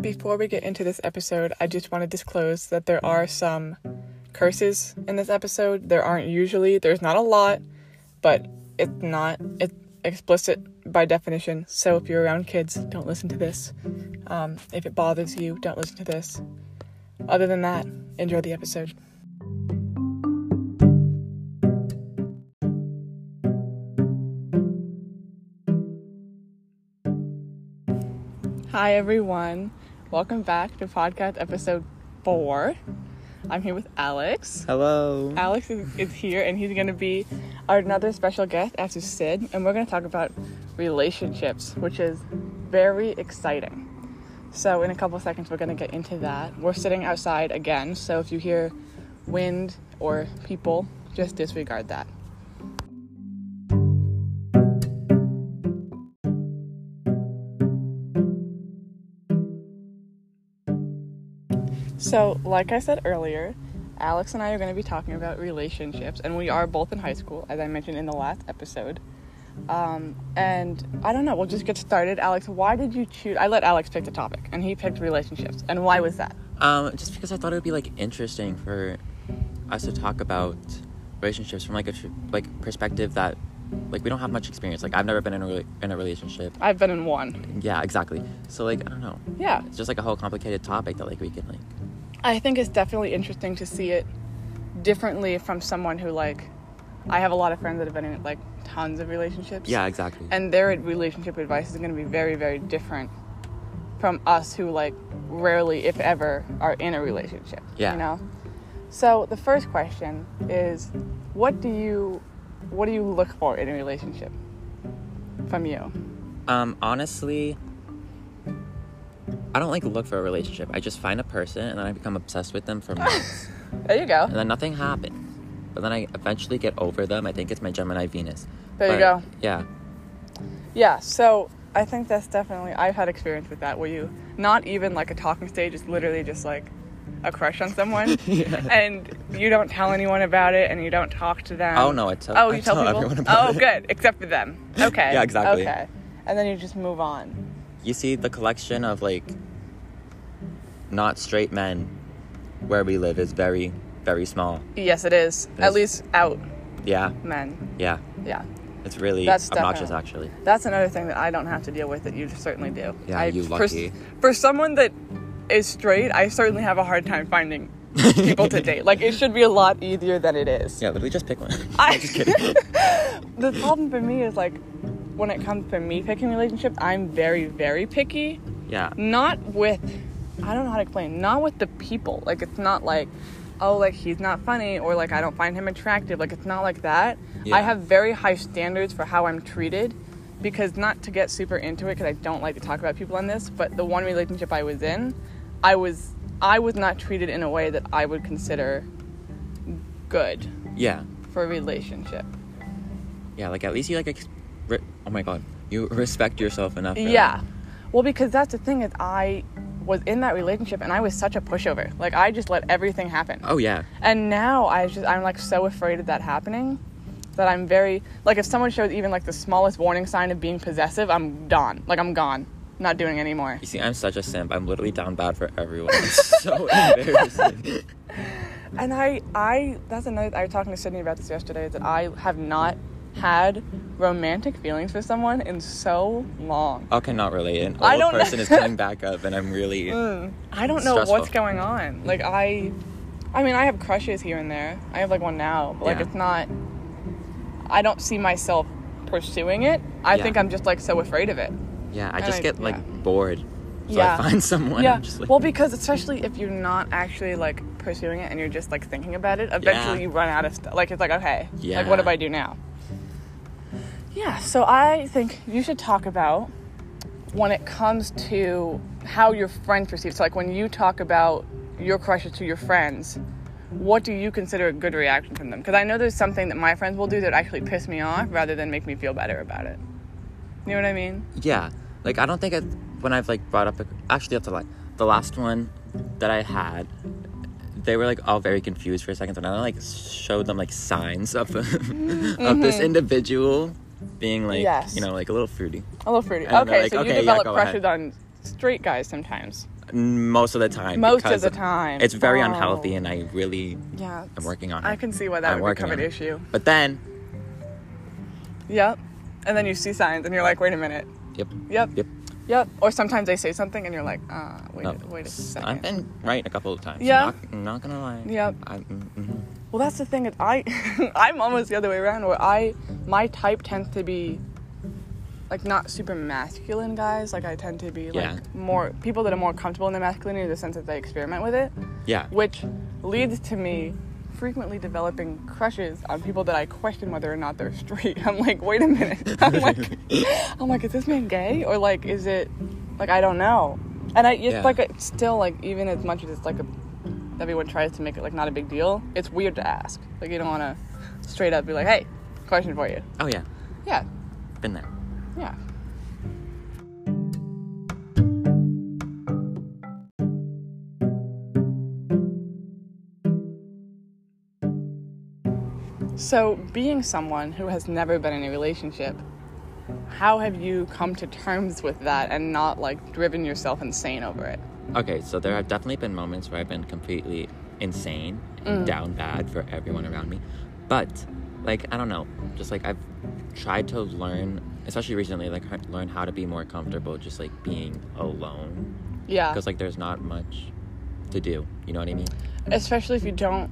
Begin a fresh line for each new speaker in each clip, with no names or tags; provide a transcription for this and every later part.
Before we get into this episode, I just want to disclose that there are some curses in this episode. There aren't usually, there's not a lot, but it's not it's explicit by definition. So if you're around kids, don't listen to this. Um, if it bothers you, don't listen to this. Other than that, enjoy the episode. Hi, everyone. Welcome back to podcast episode four. I'm here with Alex.
Hello.
Alex is, is here, and he's going to be our another special guest after Sid, and we're going to talk about relationships, which is very exciting. So, in a couple of seconds, we're going to get into that. We're sitting outside again, so if you hear wind or people, just disregard that. So, like I said earlier, Alex and I are going to be talking about relationships, and we are both in high school, as I mentioned in the last episode. Um, and I don't know, we'll just get started. Alex, why did you choose? I let Alex pick the topic, and he picked relationships. And why was that?
Um, just because I thought it would be like interesting for us to talk about relationships from like a tr- like perspective that like we don't have much experience. Like I've never been in a rela- in a relationship.
I've been in one.
Yeah, exactly. So like I don't know.
Yeah.
It's just like a whole complicated topic that like we can like
I think it's definitely interesting to see it differently from someone who, like, I have a lot of friends that have been in, like, tons of relationships.
yeah exactly
and their relationship advice is going to be very very different from us who like rarely if ever are in a relationship
Yeah.
you know so the first question is what do you what do you look for in a relationship from you
um honestly I don't like look for a relationship. I just find a person and then I become obsessed with them for months
there you go
and then nothing happens. But then I eventually get over them. I think it's my Gemini Venus.
There you
But,
go.
Yeah.
yeah so i think that's definitely i've had experience with that where you not even like a talking stage it's literally just like a crush on someone
Yeah.
and you don't tell anyone about it and you don't talk to them
Oh, no, I tell-
oh
I
you tell,
tell
people
everyone about
oh
it.
good except for them okay
Yeah, exactly.
okay and then you just move on
you see the collection of like not straight men where we live is very very small
yes it is at
Yes.
least out
yeah
men
yeah
yeah
it's really
That's
obnoxious
definite.
actually
that's another thing that i don't have to deal with that you certainly do
Yeah,
I,
you
for-
lucky.
for, someone that is straight i certainly have a hard time finding people to date like it should be a lot easier than it is
yeah literally just pick one
I-
i'm just kidding
the problem for me is like when it comes to me picking relationships i'm very very picky
yeah
not with I don't know how to explain, not with the people. Like it's not like oh like he's not funny or like I don't find him attractive. Like it's not like that. I
Yeah.
have very high standards for how I'm treated because not to get super into it cuz I don't like to talk about people on this, but the one relationship I was in, I was I was not treated in a way that I would consider good
yeah
for a relationship.
yeah like at least you like ex- re- oh my god you respect yourself enough for, like-
Yeah. Well, because that's the thing is I was in that relationship and I was such a pushover. Like I just let everything happen.
oh yeah
And now I just I'm like so afraid of that happening that I'm very like if someone shows even like the smallest warning sign of being possessive, I'm done. Like I'm gone. Not doing it anymore.
you see i'm such a simp i'm literally down bad for everyone it's so embarrassing
And I I that's another I was talking to Sydney about this yesterday that I have not had romantic feelings for someone in so long.
i cannot relate an old
I don't know.
person is coming back up and i'm really
I don't know
Stressful.
what's going on. Like I, I mean, I have crushes here and there. I have like one now, but like
Yeah.
it's not. I don't see myself pursuing it. I
Yeah.
think I'm just like so afraid of it.
yeah i
And
just
I-
get like bored so
Yeah.
i find someone
yeah.
I'm just like,
well, because especially if you're not actually like pursuing it and you're just like thinking about it, eventually
Yeah.
you run out of stuff. Like it's like okay, like
Yeah.
what do I do now? Yeah. So I think you should talk about when it comes to how your friends perceive. So like when you talk about your crushes to your friends. What do you consider a good reaction from them? Because I know there's something that my friends will do that actually piss me off rather than make me feel better about it. You know what I mean?
Yeah, like I don't think I, when I've like brought up a, actually that's a lie. The last one that I had, they were like all very confused for a second, and I like showed them like signs of of this individual being like
Mm-hmm. Yes.
you know like a little fruity.
A little fruity.
And they're
Okay,
like,
so
"Okay,
you
yeah,
develop
go
crushes
ahead."
on straight guys sometimes.
most of the time.
Most of
because
the time.
It's very
Oh.
unhealthy, and I really
Yeah.
am working on it.
I can see why that
I'm
would
working
become an
on it.
issue.
But then,
Yep. And then you see signs and you're like, wait a minute.
yep,
Yep.
yep.
Yep. Or sometimes they say something and you're like, uh, wait,
no,
a, wait a
s-
2nd
I've been right a couple of times.
Yeah.
Not, not gonna lie.
Yep.
I, mm, mhm.
Well, that's the thing. Is I, I'm almost the other way around. Where I, my type tends to be, like not super masculine guys. Like I tend to be
Yeah.
like more people that are more comfortable in their masculinity, in the sense that they experiment with it,
Yeah.
which leads to me frequently developing crushes on people that I question whether or not they're straight. I'm like, wait a minute. I'm like, I'm like, is this man gay or like, is it like I don't know. And I, it's
Yeah.
like it's still like even as much as it's like a everyone tries to make it like not a big deal, it's weird to ask. Like you don't want to straight up be like, "Hey, question for you."
Oh yeah.
Yeah,
Been there.
yeah. So, being someone who has never been in a relationship, how have you come to terms with that and not like driven yourself insane over it?
Okay, so there have definitely been moments where I've been completely insane and down bad for everyone around me. But, like, I don't know, just like I've tried to learn, especially recently, like, h- learn how to be more comfortable just like being alone.
Yeah.
Because, like, there's not much to do. You know what I mean?
especially if you don't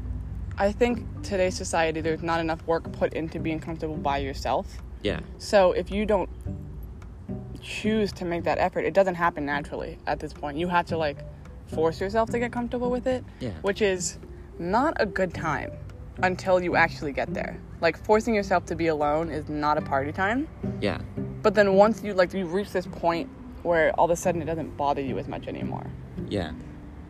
i think today's society there's not enough work put into being comfortable by yourself
Yeah.
so if you don't choose to make that effort it doesn't happen naturally at this point you have to like force yourself to get comfortable with it
Yeah.
which is not a good time until you actually get there like forcing yourself to be alone is not a party time
Yeah.
but then once you like you reach this point where all of a sudden it doesn't bother you as much anymore
Yeah.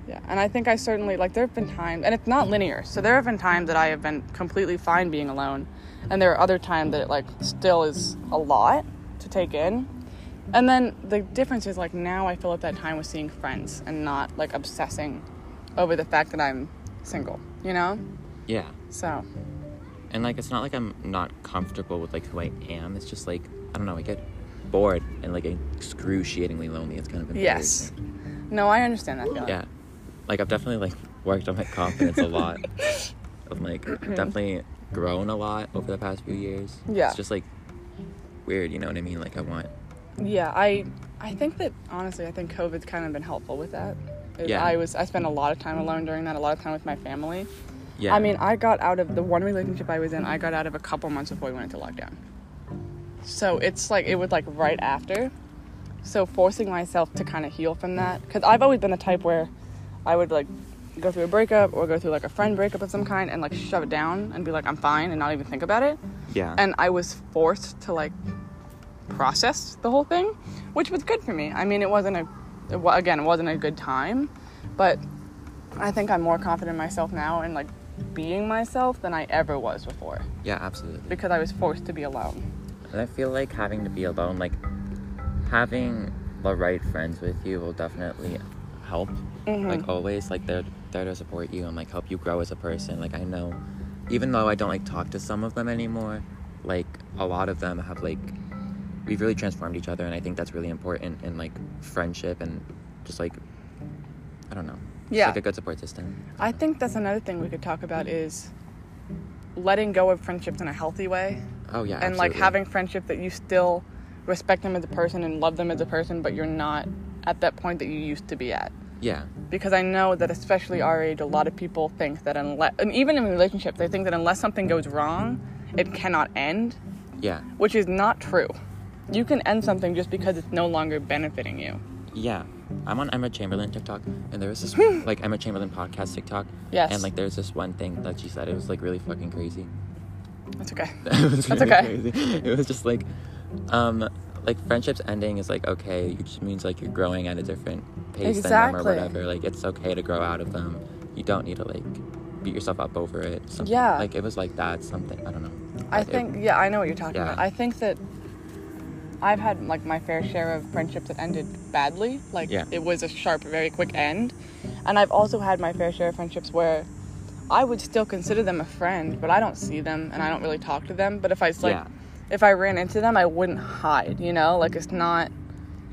yeah, and I think I certainly like there have been times, and it's not linear. So there have been times that I have been completely fine being alone, and there are other times that it, like still is a lot to take in. And then the difference is like now I fill up that time with seeing friends and not like obsessing over the fact that I'm single, you know?
Yeah.
So
And, like, it's not like I'm not comfortable with like who I am. It's just like, I don't know, I get bored and like excruciatingly lonely. It's kind of
yes,
embarrassing.
no, I understand that feeling.
yeah like i've definitely like worked on my confidence a lot i'm like definitely grown a lot over the past few years
Mm-hmm. Yeah.
it's just like weird you know what i mean like i want
Yeah, I I think that honestly, I think COVID's kind of been helpful with that. Is
Yeah.
I was I spent a lot of time alone during that, a lot of time with my family.
yeah
I mean, I got out of the one relationship I was in, I got out of a couple months before we went into lockdown. So it's like, it was like right after. So forcing myself to kind of heal from that. Because I've always been the type where I would like go through a breakup or go through like a friend breakup of some kind and like shove it down and be like, I'm fine and not even think about it.
yeah
And I was forced to like process the whole thing, which was good for me. I mean, it wasn't a, it, wa- again, it wasn't a good time, but I think I'm more confident in myself now and like being myself than I ever was before
yeah absolutely
because I was forced to be alone.
and i feel like having to be alone like having the right friends with you will definitely help
Mm-hmm.
like always like they're there to support you and like help you grow as a person like i know even though i don't like talk to some of them anymore like a lot of them have like we've really transformed each other and i think that's really important in like friendship and just like i don't know It's,
Yeah.
like a good support system
I think that's another thing we could talk about is letting go of friendships in a healthy way
oh yeah
and like
absolutely.
having friendship that you still respect them as a person and love them as a person, but you're not at that point that you used to be at.
yeah
because I know that especially our age, a lot of people think that unless, and even in relationships, they think that unless something goes wrong, it cannot end,
yeah
which is not true. You can end something just because it's no longer benefiting you.
Yeah, I'm on Emma Chamberlain TikTok, and there was this like Emma Chamberlain podcast TikTok.
Yes.
And like, there's this one thing that she said. It was like really fucking crazy.
That's okay.
It was
That's
really
okay.
crazy. It was just like, um, like friendships ending is like okay. It just means like you're growing at a different pace than them or
Exactly.
whatever. Like it's okay to grow out of them. You don't need to like beat yourself up over it. Something.
Yeah.
Like it was like that something. I don't know.
I
But it-
think, yeah, I know what you're talking
Yeah.
about. I think that I've had like my fair share of friendships that ended badly. Like
Yeah.
it was a sharp, very quick end. And I've also had my fair share of friendships where I would still consider them a friend, but I don't see them and I don't really talk to them. But if I like,
Yeah.
if I ran into them, I wouldn't hide. You know, like it's not.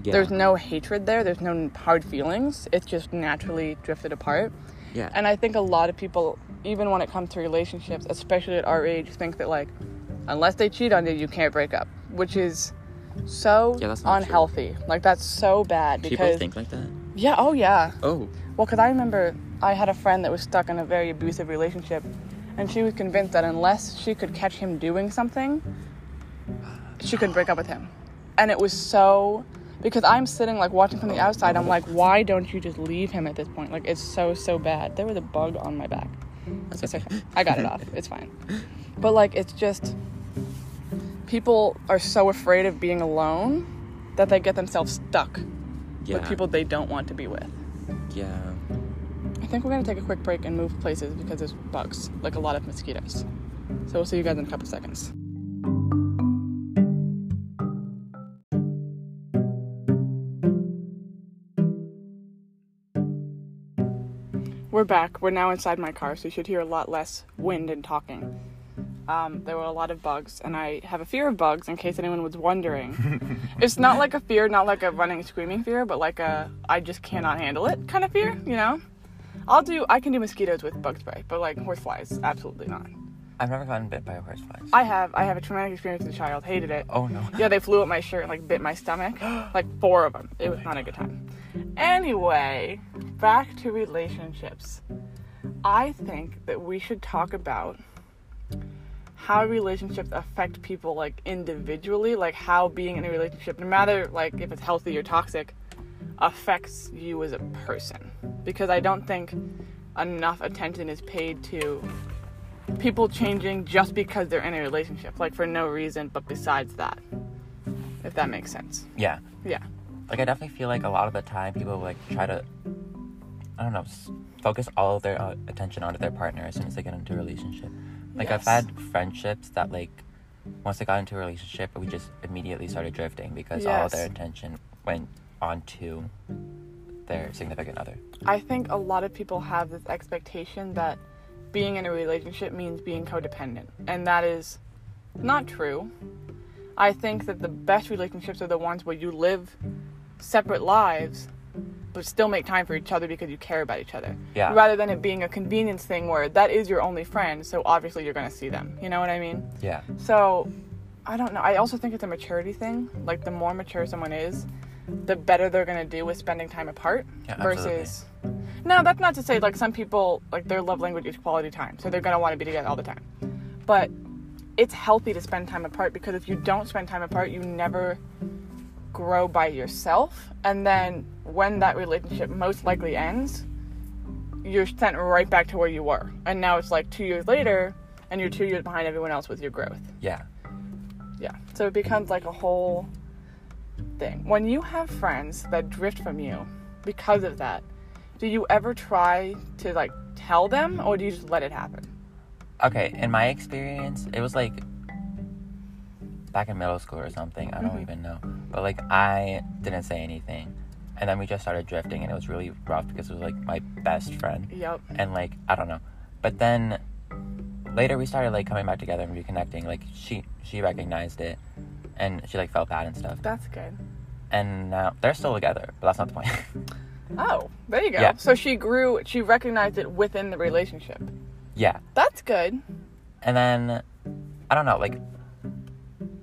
Yeah.
There's no hatred there. There's no hard feelings. It's just naturally drifted apart.
Yeah.
And I think a lot of people, even when it comes to relationships, especially at our age, think that like, unless they cheat on you, you can't break up, which is so
Yeah, that's not true.
unhealthy. Like that's so bad because
People think like that.
yeah, oh yeah.
Oh.
Well, because I remember I had a friend that was stuck in a very abusive relationship, and she was convinced that unless she could catch him doing something, she could break up with him. And it was so. Because I'm sitting like watching from the outside, I'm like, why don't you just leave him at this point? Like, it's so, so bad. There was a bug on my back.
That's
It's okay. I got it off. It's fine. But like, it's just people are so afraid of being alone that they get themselves stuck
Yeah.
with people they don't want to be with.
Yeah.
I think we're gonna take a quick break and move places because there's bugs, like a lot of mosquitoes. So we'll see you guys in a couple seconds. We're back. We're now inside my car, so you should hear a lot less wind and talking. Um, there were a lot of bugs, and I have a fear of bugs, in case anyone was wondering. it's not like a fear, not like a running, screaming fear, but like a I just cannot handle it kind of fear, you know? I'll do. I can do mosquitoes with bug spray, but like horse flies, absolutely not.
I've never gotten bit by a horsefly.
I have. I have a traumatic experience as a child. Hated it.
oh no.
Yeah, they flew at my shirt and like bit my stomach. Like four of them. It was not a good time. Anyway, back to relationships. I think that we should talk about how relationships affect people like individually, like how being in a relationship, no matter like if it's healthy or toxic, affects you as a person. Because I don't think enough attention is paid to people changing just because they're in a relationship, like for no reason but besides that. If that makes sense.
Yeah.
Yeah.
Like I definitely feel like a lot of the time people like try to, I don't know, s- focus all of their uh, attention onto their partner as soon as they get into a relationship. Like I've
Yes.
had friendships that like, once they got into a relationship, we just immediately started drifting because all of their
Yes.
attention went onto their significant other.
I think a lot of people have this expectation that being in a relationship means being codependent, and that is not true. I think that the best relationships are the ones where you live separate lives but still make time for each other because you care about each other.
Yeah.
Rather than it being a convenience thing where that is your only friend, so obviously you're going to see them. You know what I mean?
Yeah.
So, I don't know. I also think it's a maturity thing. Like, the more mature someone is, the better they're going to do with spending time apart.
Yeah, absolutely.
versus. No, that's not to say, like, some people, like, their love language is quality time. So they're going to want to be together all the time. But it's healthy to spend time apart because if you don't spend time apart, you never grow by yourself. And then when that relationship most likely ends, you're sent right back to where you were. And now it's like two years later, and you're two years behind everyone else with your growth.
Yeah.
Yeah. So it becomes like a whole thing. When you have friends that drift from you because of that, do you ever try to like tell them or do you just let it happen?
Okay, in my experience, it was like back in middle school or something. I don't even know. But like I didn't say anything. And then we just started drifting and it was really rough because it was like my best friend.
Yep.
And like I don't know. But then later we started like coming back together and reconnecting. Like she she recognized it and she like felt bad and stuff.
That's good.
And now they're still together, but that's not the point.
Oh, there you go.
Yeah.
So she grew, she recognized it within the relationship.
yeah.
That's good.
And then I don't know, like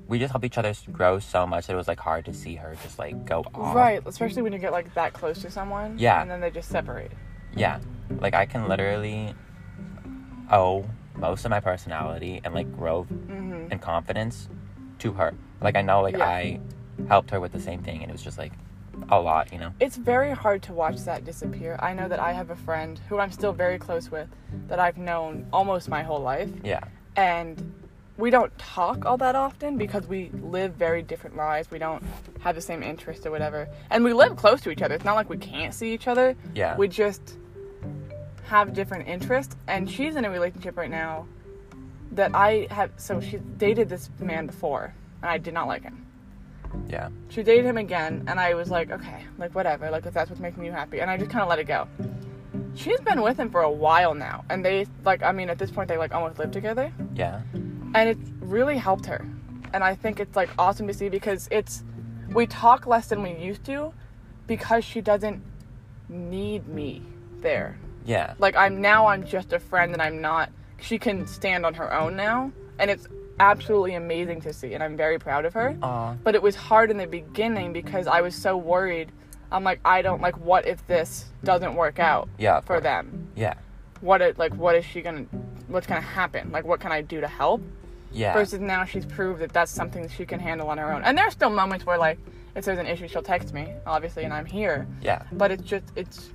we just helped each other grow so much that it was like hard to see her just like go off.
Right, especially when you get like that close to someone.
Yeah.
And then they just separate.
Yeah. Like I can literally owe most of my personality and like growth and confidence to her. Like I know like
Mm-hmm. Yeah.
I helped her with the same thing and it was just like a lot, you know.
It's very hard to watch that disappear. I know that I have a friend who I'm still very close with that I've known almost my whole life.
Yeah.
and we don't talk all that often because we live very different lives. We don't have the same interests or whatever. And we live close to each other. It's not like we can't see each other.
Yeah.
We just have different interests. And she's in a relationship right now that I have. So she dated this man before, and I did not like him.
Yeah.
She dated him again, and I was like, okay, like whatever, like if that's what's making you happy. And I just kind of let it go. She's been with him for a while now, and they, like, I mean, at this point, they like almost live together
Yeah.
and it really helped her and i think it's like awesome to see because it's we talk less than we used to because she doesn't need me there.
Yeah.
Like I'm now I'm just a friend and I'm not she can stand on her own now and it's absolutely amazing to see and I'm very proud of her.
Aw.
But it was hard in the beginning because I was so worried. I'm like I don't like what if this doesn't work out
Yeah, of
for
course.
them?
Yeah.
What it like what is she going to what's going to happen? Like what can I do to help?
Yeah.
Versus now she's proved that that's something that she can handle on her own. And there are still moments where like if there's an issue she'll text me, obviously, and I'm here.
yeah.
But it's just it's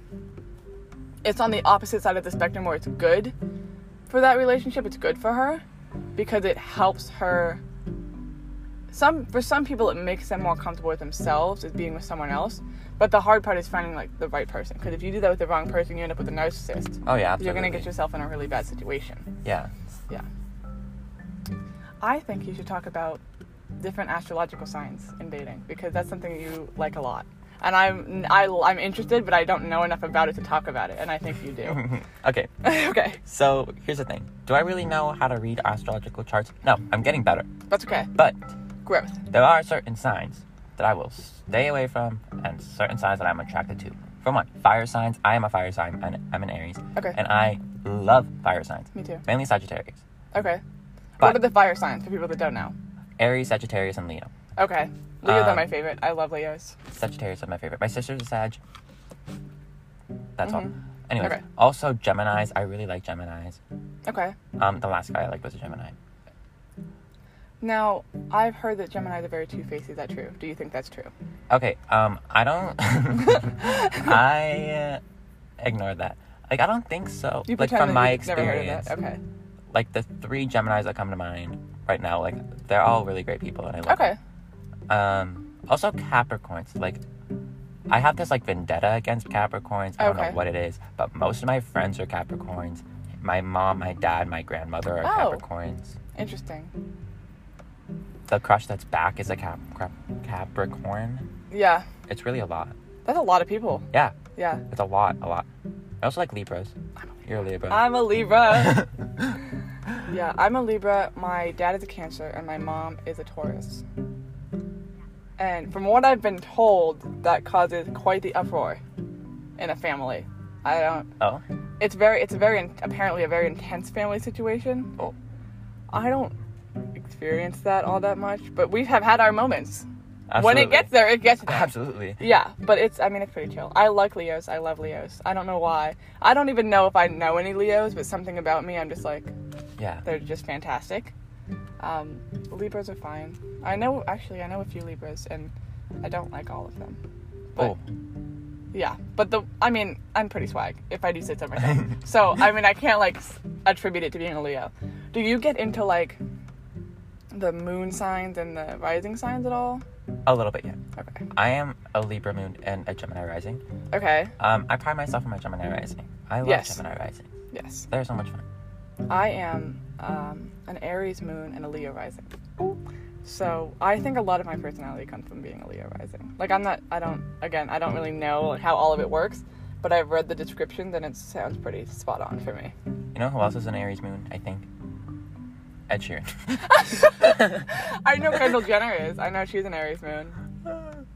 it's on the opposite side of the spectrum where it's good for that relationship. It's good for her because it helps her some for some people it makes them more comfortable with themselves as being with someone else. But the hard part is finding like the right person. Because if you do that with the wrong person, you end up with a narcissist.
Oh yeah. Absolutely.
You're gonna get yourself in a really bad situation.
Yeah.
Yeah. I think you should talk about different astrological signs in dating because that's something you like a lot. And I'm I, am i am interested, but I don't know enough about it to talk about it. And I think you do.
Okay.
okay,
So here's the thing. Do I really know how to read astrological charts? No, I'm getting better.
that's okay.
But
Growth.
there are certain signs that I will stay away from and certain signs that I'm attracted to. For one, fire signs. I am a fire sign and I'm an Aries.
Okay.
And I love fire signs.
Me too.
Mainly Sagittarius.
Okay.
But
What are the fire signs for people that don't know?
Aries, Sagittarius, and Leo.
Okay. Leos are
Um,
my favorite. I love Leos.
Sagittarius is my favorite. My sister's a Sag. That's all. Anyways,
Mm-hmm. Okay.
also Gemini's. I really like Gemini's.
Okay.
Um, the last guy I liked was a Gemini.
Now I've heard that Gemini's are very two faced. Is that true? Do you think that's true?
Okay, um, I don't. I uh, ignored that. Like, I don't think so.
You
like,
pretend
from
that
my
you've never heard of that.
experience,
Okay.
like the three Gemini's that come to mind right now, like they're all really great people, and I love.
Okay.
them. Um, also Capricorns, like. I have this like vendetta against Capricorns. I don't
Okay.
know what it is, but most of my friends are Capricorns. My mom, my dad, my grandmother are
Oh.
Capricorns.
Interesting.
The crush that's back is a cap, cap Capricorn.
Yeah.
It's really a lot.
That's a lot of people.
Yeah,
Yeah.
It's a lot, a lot. I also like Libras. You're a Libra.
I'm a Libra. yeah, I'm a Libra. My dad is a Cancer and my mom is a Taurus. And from what I've been told, that causes quite the uproar in a family. I don't.
oh?
It's very. It's a very in- apparently a very intense family situation.
Oh.
I don't experience that all that much, but we have had our moments. When
Absolutely.
it gets there, it gets there.
Absolutely.
Yeah, but it's, I mean, it's pretty chill. I like Leos. I love Leos. I don't know why. I don't even know if I know any Leos, but something about me, I'm just like,
Yeah.
they're just fantastic. Um, Libras are fine. I know, actually, I know a few Libras, and I don't like all of them. But,
Oh.
Yeah, but the, I mean, I'm pretty swag, if I do say so myself. so, I mean, I can't, like, s- attribute it to being a Leo. Do you get into, like, the moon signs and the rising signs at all?
A little bit, yeah.
Okay.
I am a Libra moon and a Gemini rising.
Okay,
Um, I pride myself on my Gemini rising. I love
Yes.
Gemini rising.
yes.
They're so much fun.
I am um, an Aries moon and a Leo rising. So I think a lot of my personality comes from being a Leo rising. Like I'm not, I don't, again, I don't really know like, how all of it works, but I've read the descriptions and it sounds pretty spot on for me.
You know who else is an Aries moon, I think? Ed Sheeran.
I know Kendall Jenner is. I know she's an Aries moon.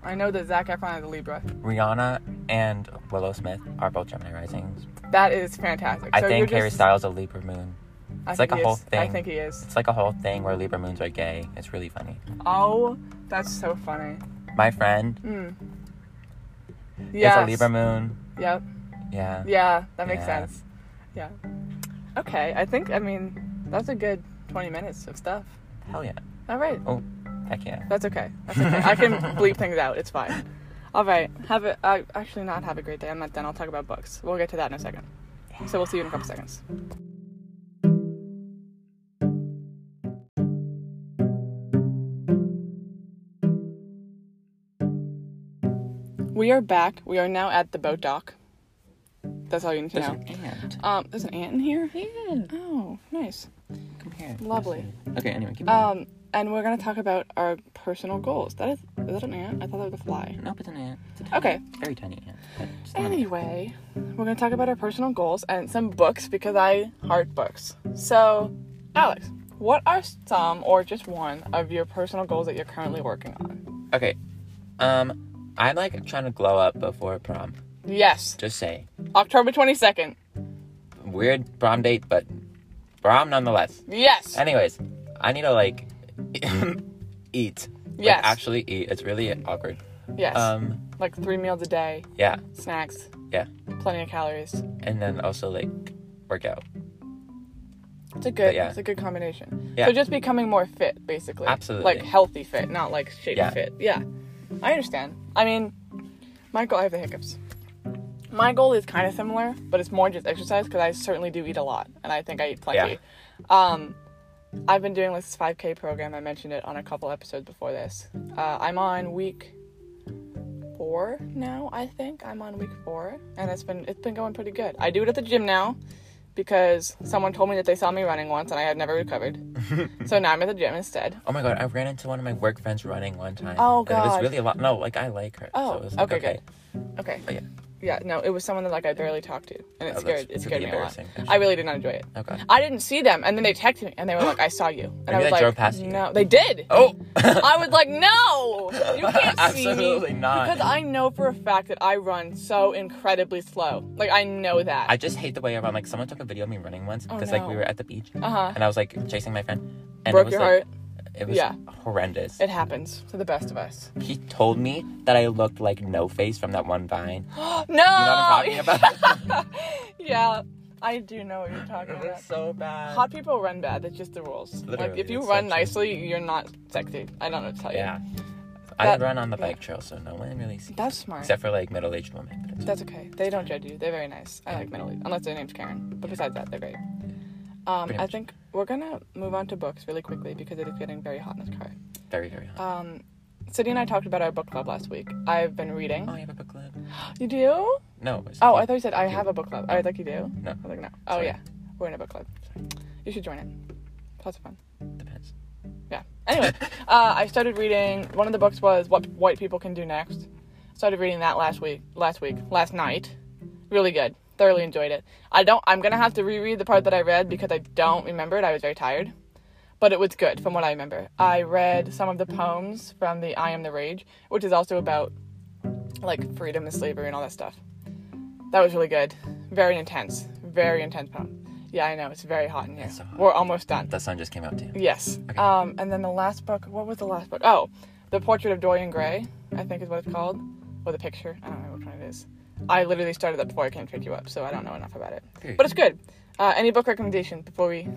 I know that Zach Efron is a Libra.
Rihanna and Willow Smith are both Gemini risings.
That is fantastic.
I
So you're
think
just-
Harry Styles is a Libra moon.
I
it's like
think
a
he
whole
is. I
thing.
think he is.
It's like a whole thing where Libra moons are gay. It's really funny.
Oh, that's so funny.
My friend
Mm.
is
Yes.
a Libra moon.
Yep.
Yeah.
Yeah, that makes
Yeah.
sense. Yeah. Okay, I think I mean that's a good twenty minutes of stuff.
Hell yeah.
All right,
Oh, heck yeah.
that's okay. That's okay. I can bleep things out. It's fine. All right. Have a uh, actually not have a great day. I'm not done. I'll talk about books. We'll get to that in a second. So we'll see you in a couple seconds. We are back. We are now at the boat dock. That's all you need to know.
ant.
Um, there's an ant in here.
Yeah.
Oh, nice.
Come here.
Lovely.
Okay, anyway, keep going.
Um, and we're gonna talk about our personal goals. That is, is that an ant? I thought that was a fly.
Nope, it's an ant. It's a tiny,
Okay.
Very tiny ant. but just an ant.
Anyway, we're gonna talk about our personal goals and some books because I heart books. So, Alex, what are some or just one of your personal goals that you're currently working on?
Okay. Um, I'm like trying to glow up before prom.
Yes,
Just saying.
October 22nd.
Weird prom date, but prom nonetheless.
Yes.
Anyways, I need to like eat. Like,
Yes.
actually eat. It's really awkward.
yes.
Um,
like three meals a day,
yeah,
snacks,
yeah.
plenty of calories.
And then also like work out.
It's a good
Mm, yeah.
it's a good combination.
Yeah.
So just becoming more fit basically.
Absolutely.
Like healthy fit, not like shape
Yeah.
fit. Yeah. I understand. I mean, my goal I have the hiccups. My goal is kind of similar, but it's more just exercise because I certainly do eat a lot and I think I eat plenty. Um I've been doing this 5K program. I mentioned it on a couple episodes before this. Uh, I'm on week four now. I think I'm on week four, and it's been it's been going pretty good. I do it at the gym now because someone told me that they saw me running once, and I had never recovered. so now I'm at the gym instead.
Oh my god, I ran into one of my work friends running one time.
Oh,
and It was
God.
really a lot. No, like I like her.
Oh,
so it was like,
okay,
okay.
good. Okay.
Oh, yeah.
Yeah, no, it was someone that like I barely talked to, and it
Oh,
scared it
that's
scared
really
me a lot.
embarrassing, actually.
I really did not enjoy it.
Oh god.
I didn't see them, and then they texted me, and they were like, "I saw you," and I
Maybe
was
they
like,
drove past you.
"No, they did."
Oh.
I was like, "No, you can't see me."
Absolutely not.
Because I know for a fact that I run so incredibly slow. Like I know that.
I just hate the way I run. Like someone took a video of me running once because like we
Oh, no.
were at the beach
Uh-huh.
and I was like chasing my friend. And
Broke
it was
your
like,
heart?
It was
Yeah.
horrendous.
It happens to the best of us.
he told me that I looked like No Face from that one Vine. You know
no.
what I'm talking about?
yeah, I do know what you're talking
it
about.
was so bad.
Hot people run bad. That's just the rules. like
Literally,
if you
it's
run
so true.
nicely, you're not sexy. I don't know what to tell
Yeah.
you.
I
That-
run on the
yeah.
bike trail, so no one really sees.
That's smart.
Except for like middle-aged women. But it's-
That's okay. They don't judge you. They're very nice. I like middle aged, unless their name's Karen. But besides that, they're great. Um,
Pretty
I
much.
think we're gonna move on to books really quickly because it is getting very hot in this car.
very, very hot.
Um, City and I talked about our book club last week. I've been reading.
oh, you have a book club?
You do?
No. it was-
Oh, I thought you said I
you.
have a book club. I was like, you do?
No.
I was like, no. Oh
Sorry.
yeah, we're in a book club. You should join it. Lots of fun.
Depends.
Yeah. Anyway, uh, I started reading. One of the books was What White People Can Do Next. Started reading that last week. Last week. Last night. Really good. Thoroughly enjoyed it. I don't. I'm gonna have to reread the part that I read because I don't remember it. I was very tired, but it was good from what I remember. I read some of the poems from the I Am the Rage, which is also about like freedom and slavery and all that stuff. That was really good. Very intense. Very intense poem. Yeah, I know. It's very hot in here.
so hot.
We're almost done.
That song just came out too.
Yes. Um, and then the last book, what was the last book? Oh, The Portrait of Dorian Gray, I think is what it's called. Or The Picture. I don't know which one it is. I literally started that before I came to pick you up, so I don't know enough about it.
Period.
But it's good. Uh, any book recommendation before we.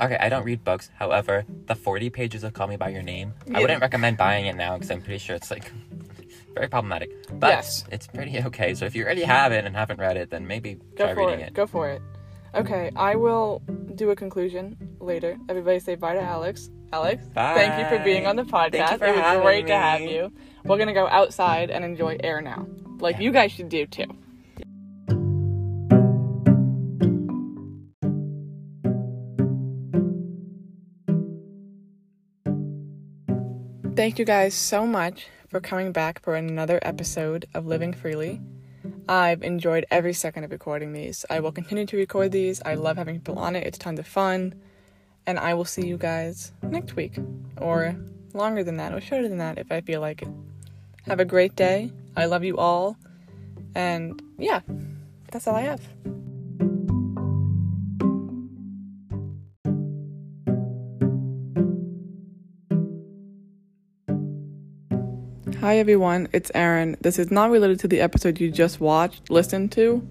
Okay, I don't read books. However, the 40 pages of Call Me By Your Name, I
Yeah.
wouldn't recommend buying it now because I'm pretty sure it's like very problematic. But
Yes.
it's pretty okay. So if you already have it and haven't read it, then maybe
Go
try
for
reading
it.
it.
Go for it. Okay, I will do a conclusion later. Everybody say bye to Alex. Alex, thank you for being on the
Bye.
podcast.
Thank you for
it was
having
great to have
me.
you. We're going to go outside and enjoy air now, like
Yeah.
you guys should do too. Thank you guys so much for coming back for another episode of Living Freely. I've enjoyed every second of recording these. I will continue to record these. I love having people on it. It's tons of fun. And I will see you guys next week or longer than that or shorter than that if I feel like it. Have a great day. I love you all. And yeah, that's all I have. Hi everyone, it's Erin. This is not related to the episode you just watched, listened to,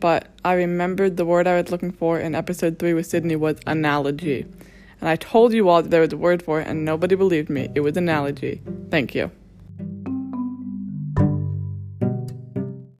but I remembered the word I was looking for in episode 3 with Sydney was analogy. And I told you all that there was a word for it and nobody believed me. It was analogy. Thank you.